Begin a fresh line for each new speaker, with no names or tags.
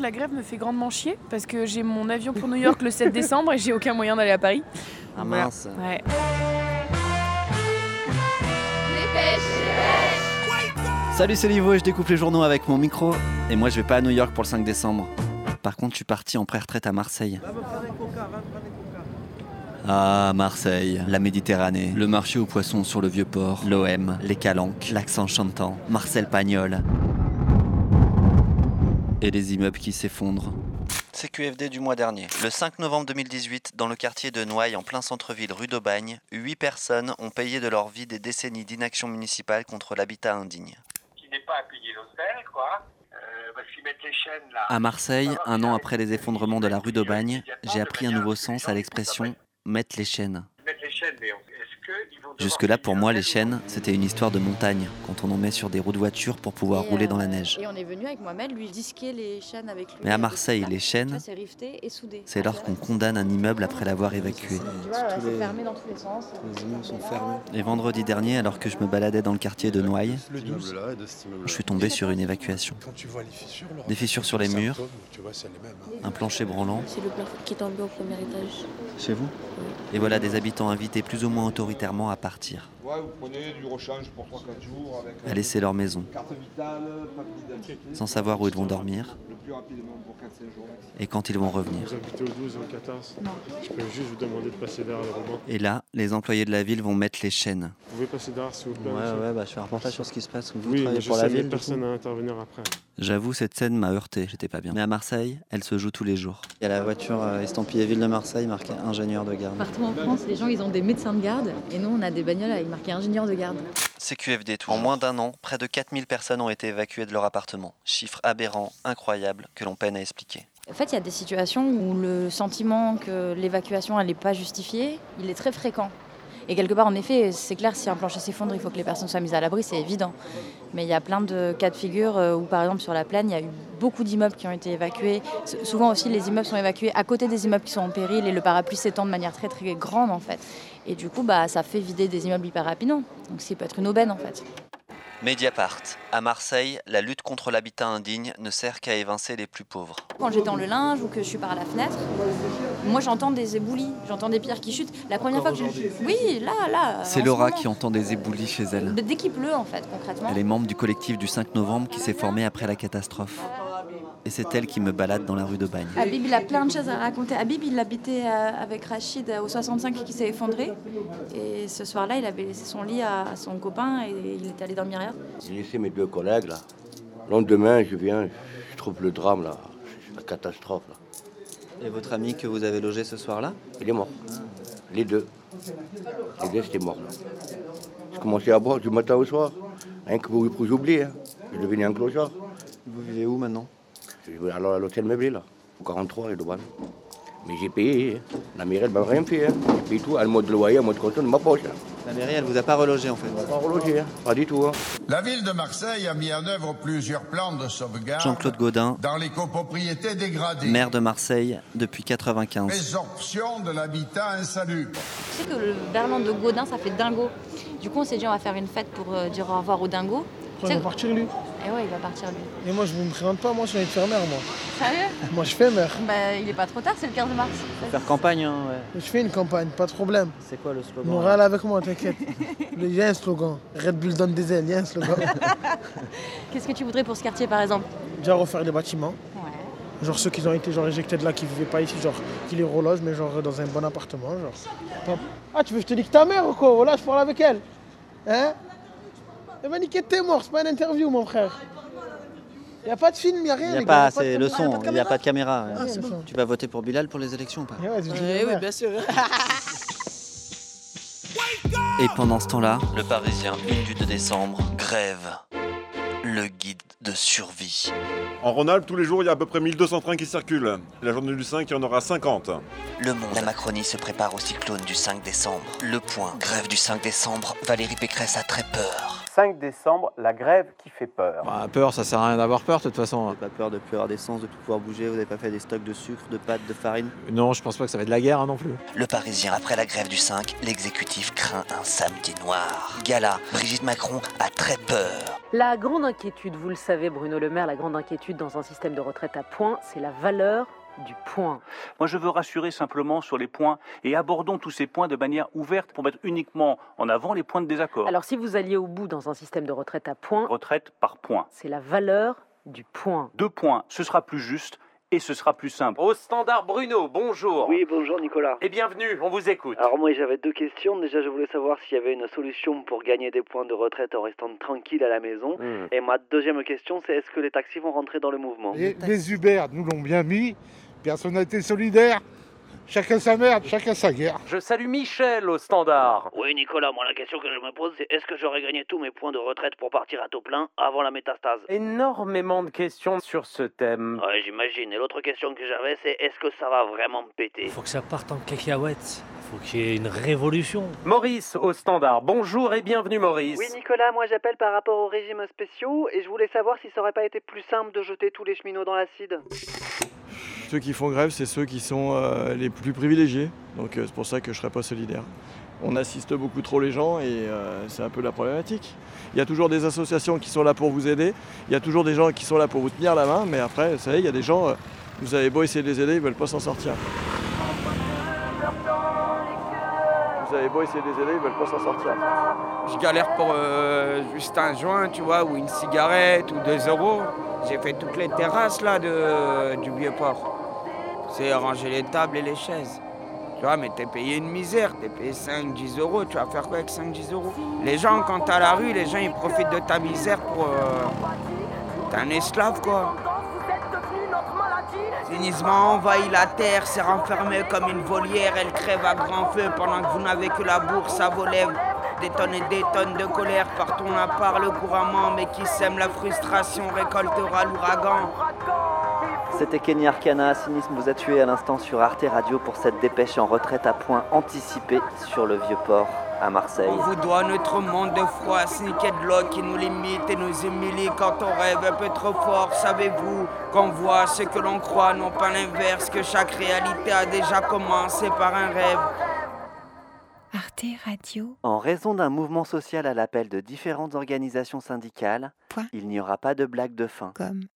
La grève me fait grandement chier parce que j'ai mon avion pour New York le 7 décembre et j'ai aucun moyen d'aller à Paris.
Ah mince.
Ouais.
Salut, c'est Livo et je découpe les journaux avec mon micro. Et moi, je vais pas à New York pour le 5 décembre. Par contre, je suis parti en pré-retraite à Marseille. Ah, Marseille, la Méditerranée, le marché aux poissons sur le vieux port, l'OM, les calanques, l'accent chantant, Marcel Pagnol. Et les immeubles qui s'effondrent. CQFD du mois dernier. Le 5 novembre 2018, dans le quartier de Noailles, en plein centre-ville rue d'Aubagne, 8 personnes ont payé de leur vie des décennies d'inaction municipale contre l'habitat indigne.
qui n'est pas à payer l'hôtel, quoi. Euh, parce qu'ils mettent les chaînes là.
À Marseille, un an après les effondrements de la rue d'Aubagne, j'ai appris un nouveau sens à l'expression mettre les chaînes.
Ils mettent les chaînes, mais on- est-ce qu'ils vont. devoir
Jusque-là, pour
payer
moi,
hein.
l'hôtel
les chaînes, c'était une histoire de montagne, quand on en met sur des roues de voiture pour pouvoir
Et,
rouler dans
euh,
la neige.
Et on est venu avec Mohamed lui disquer les chaînes avec lui.
Mais à
et tout
Marseille,
ça.
les
Tu
chaînes,
vois, c'est rifté et soudé.
c'est lorsqu'on condamne un immeuble après l'avoir évacué.
Tu vois, ouais, c'est fermé dans tous les sens.
Les immeubles sont fermés.
Et vendredi dernier, alors que je me baladais dans le quartier de Noailles,
Le
Cet immeuble-là et de cet immeuble-là.
je suis tombé sur une évacuation.
Quand tu vois les fissures, Laura,
Des fissures sur les
les
murs,
symptômes, tu vois, c'est les mêmes. hein.
un plancher branlant.
C'est le plafond qui est tombé au premier étage.
Chez vous Et voilà des habitants invités plus ou moins autoritairement à partir,
Ouais, vous prenez du rechange pour 3-4 jours avec euh,
à laisser leur maison,
carte vitale, papier d'identité.
sans savoir où ils vont dormir
Le plus rapidement pour 4-5 jours.
et quand ils vont revenir.
Vous habitez au 12 ou au 14
Non.
Je peux juste vous demander de passer derrière le roman.
Et là, les employés de la ville vont mettre les chaînes.
Vous pouvez passer derrière s'il vous plaît monsieur
bah, je fais un reportage sur ce qui se passe. Vous
Oui, mais je sais, mais personne à intervenir après.
J'avoue, cette scène m'a heurté, j'étais pas bien. Mais à Marseille, elle se joue tous les jours. Il y a la voiture euh, estampillée Ville de Marseille marquée ingénieur de garde.
Partout en France, les gens, ils ont des médecins de garde. Et nous, on a des bagnoles avec marqué ingénieur de garde.
CQFD En moins d'un an, près de 4000 personnes ont été évacuées de leur appartement. Chiffre aberrant, incroyable, que l'on peine à expliquer.
En fait, il y a des situations où le sentiment que l'évacuation, elle n'est pas justifiée, il est très fréquent. Et quelque part, en effet, c'est clair, si un plancher s'effondre, il faut que les personnes soient mises à l'abri, c'est évident. Mais il y a plein de cas de figure euh, où, par exemple, sur la plaine, il y a eu beaucoup d'immeubles qui ont été évacués. S- Souvent aussi, les immeubles sont évacués à côté des immeubles qui sont en péril et le parapluie s'étend de manière très, très grande, en fait. Et du coup, bah, ça fait vider des immeubles hyper rapidement. Donc, ça peut être une aubaine, en fait.
Mediapart. À Marseille, la lutte contre l'habitat indigne ne sert qu'à évincer les plus pauvres.
Quand j'ai dans le linge ou que je suis par la fenêtre, moi j'entends des éboulis, j'entends des pierres qui chutent. La première fois que je... Oui, là, là.
C'est
en
Laura
ce
qui entend des éboulis chez elle.
moment. Dès qu'il pleut en fait, concrètement.
Elle est membre du collectif du 5 novembre qui s'est formé après la catastrophe. Et c'est elle qui me balade dans la rue de Bagne.
Habib, il a plein de choses à raconter. Habib, il habitait euh, avec Rachid euh, au 65 qui s'est effondré. Et ce soir-là, il avait laissé son lit à à son copain et il est allé dormir ailleurs.
J'ai laissé mes deux collègues là. Le lendemain, je viens, je trouve le drame là, la catastrophe là.
Et votre ami que vous avez logé ce soir-là
Il est mort. Les deux. Les deux, c'était mort là. Je commençais à boire du matin au soir. Rien que pour, pour j'oublie. hein. Je devenais un clochard.
Vous vivez où maintenant
Je vais aller à l'hôtel meublé là, au 43 et le Mais j'ai payé. hein. La mairie, elle m'a rien fait. hein. J'ai payé tout, à mode loyer, à mode canton de ma poche. hein.
La mairie, elle vous a pas relogé en fait.
Pas relogé, hein. pas du tout. hein.
La ville de Marseille a mis en œuvre plusieurs plans de sauvegarde
Jean-Claude Gaudin,
dans les copropriétés dégradées.
maire de Marseille depuis 95.
Résorption de l'habitat insalubre.
Tu sais que le verlan de Gaudin, ça fait dingo. Du coup, on s'est dit, on va faire une fête pour euh, dire au revoir au dingo. Tu sais-
partir lui.
Et ouais, il va partir lui.
Mais moi je vous me présente pas, moi je suis allé de faire mère moi.
Sérieux
Moi je fais mère.
Bah, il est pas trop tard, c'est le 15 mars.
Faire campagne, hein,
Je fais une campagne, pas de problème.
c'est quoi le slogan
Moral avec moi, t'inquiète. Le- Il y a un slogan. Red Bull donne des ailes, il y a un slogan.
Qu'est-ce que tu voudrais pour ce quartier, par exemple
Déjà refaire les bâtiments.
Ouais.
Genre ceux qui ont été genre éjectés de là, qui vivaient pas ici, genre qui les relogent, mais genre dans un bon appartement. Genre. Pas- Ah, tu veux que je te nique ta mère ou quoi Voilà, je parle avec elle. Hein Elle va niquer tes morts, c'est pas une interview, mon frère. Il a pas de film, il a rien. les gars, y de cam- y a pas de
de
caméra.
caméra.
Ah, c'est bon.
Tu vas voter pour Bilal pour les élections ou pas
Eh ouais, tu dis la mère.
bien sûr.
Et pendant ce temps-là, le Parisien, une du 2 décembre, grève. Le guide de survie.
En Rhône-Alpes, tous les jours, il y a à peu près 1200 trains qui circulent. La journée du 5, il y en aura 50.
Le Monde. La Macronie se prépare au cyclone du 5 décembre. Le Point. Grève du 5 décembre. Valérie Pécresse a très peur.
5 décembre, la grève qui fait peur.
Bah, peur, ça sert à rien d'avoir peur de toute façon.
Pas peur de plus avoir d'essence, de plus pouvoir bouger, vous n'avez pas fait des stocks de sucre, de pâtes, de farine
Non, je pense pas que ça va être la guerre hein, non plus.
Le Parisien, après la grève du 5, l'exécutif craint un samedi noir. Gala, Brigitte Macron a très peur.
La grande inquiétude, vous le savez Bruno Le Maire, la grande inquiétude dans un système de retraite à points, c'est la valeur du point.
Moi, je veux rassurer simplement sur les points et abordons tous ces points de manière ouverte pour mettre uniquement en avant les points de désaccord.
Alors si vous alliez au bout dans un système de retraite à points,
retraite par point.
c'est la valeur du point.
Deux points, ce sera plus juste et ce sera plus simple.
Au standard Bruno, bonjour.
Oui, bonjour Nicolas.
Et bienvenue, on vous écoute.
Alors moi j'avais deux questions. Déjà je voulais savoir s'il y avait une solution pour gagner des points de retraite en restant tranquille à la maison.
Hmm.
Mm.
Et ma deuxième question c'est est-ce que les taxis vont rentrer dans le mouvement
Les, les Uber nous l'ont bien mis, personnalité solidaire, chacun sa merde, chacun sa guerre.
Je salue Michel au standard.
Oui, Nicolas, moi la question que je me pose, c'est est-ce que j'aurais gagné tous mes points de retraite pour partir à taux plein avant la métastase
Énormément de questions sur ce thème.
Ouais, j'imagine. Et l'autre question que j'avais, c'est est-ce que ça va vraiment péter
Faut que ça parte en cacahuète. Faut qu'il y ait une révolution.
Maurice au standard, bonjour et bienvenue Maurice.
Oui, Nicolas, moi j'appelle par rapport aux régimes spéciaux et je voulais savoir si ça aurait pas été plus simple de jeter tous les cheminots dans l'acide.
Ceux qui font grève, c'est ceux qui sont euh, les plus privilégiés. Donc euh, c'est pour ça que je ne serai pas solidaire. On assiste beaucoup trop les gens et euh, c'est un peu la problématique. Il y a toujours des associations qui sont là pour vous aider, il y a toujours des gens qui sont là pour vous tenir la main, mais après, vous savez, il y a des gens, euh, vous avez beau essayer de les aider, ils ne veulent pas s'en sortir. Vous avez beau essayer de les aider, ils veulent pas s'en sortir.
Je galère pour euh, juste un joint, tu vois, ou une cigarette, ou 2 euros. J'ai fait toutes les terrasses là de, du Vieux-Port. C'est ranger les tables et les chaises. Tu vois, mais t'es payé une misère, t'es payé 5, 10 euros, tu vas faire quoi avec 5, 10 euros Les gens, quand t'es à la rue, les gens, ils profitent de ta misère pour... euh, T'es un esclave, quoi. Cynisme envahit la terre, s'est renfermée comme une volière. Elle crève à grand feu pendant que vous n'avez que la bourse à vos lèvres. Des tonnes et des tonnes de colère partons à part le couramment, mais qui sème la frustration récoltera l'ouragan.
C'était Kenny Arcana, Cynisme vous a tué à l'instant sur Arte Radio pour cette dépêche en retraite à point anticipée sur le vieux port à Marseille.
On vous doit notre monde de froid, sniquet de l'eau qui nous limite et nous humilie quand on rêve un peu trop fort. Savez-vous qu'on voit ce que l'on croit, non pas l'inverse, que chaque réalité a déjà commencé par un rêve.
Arte Radio.
En raison d'un mouvement social à l'appel de différentes organisations syndicales, il n'y aura pas de blague de fin.
Comme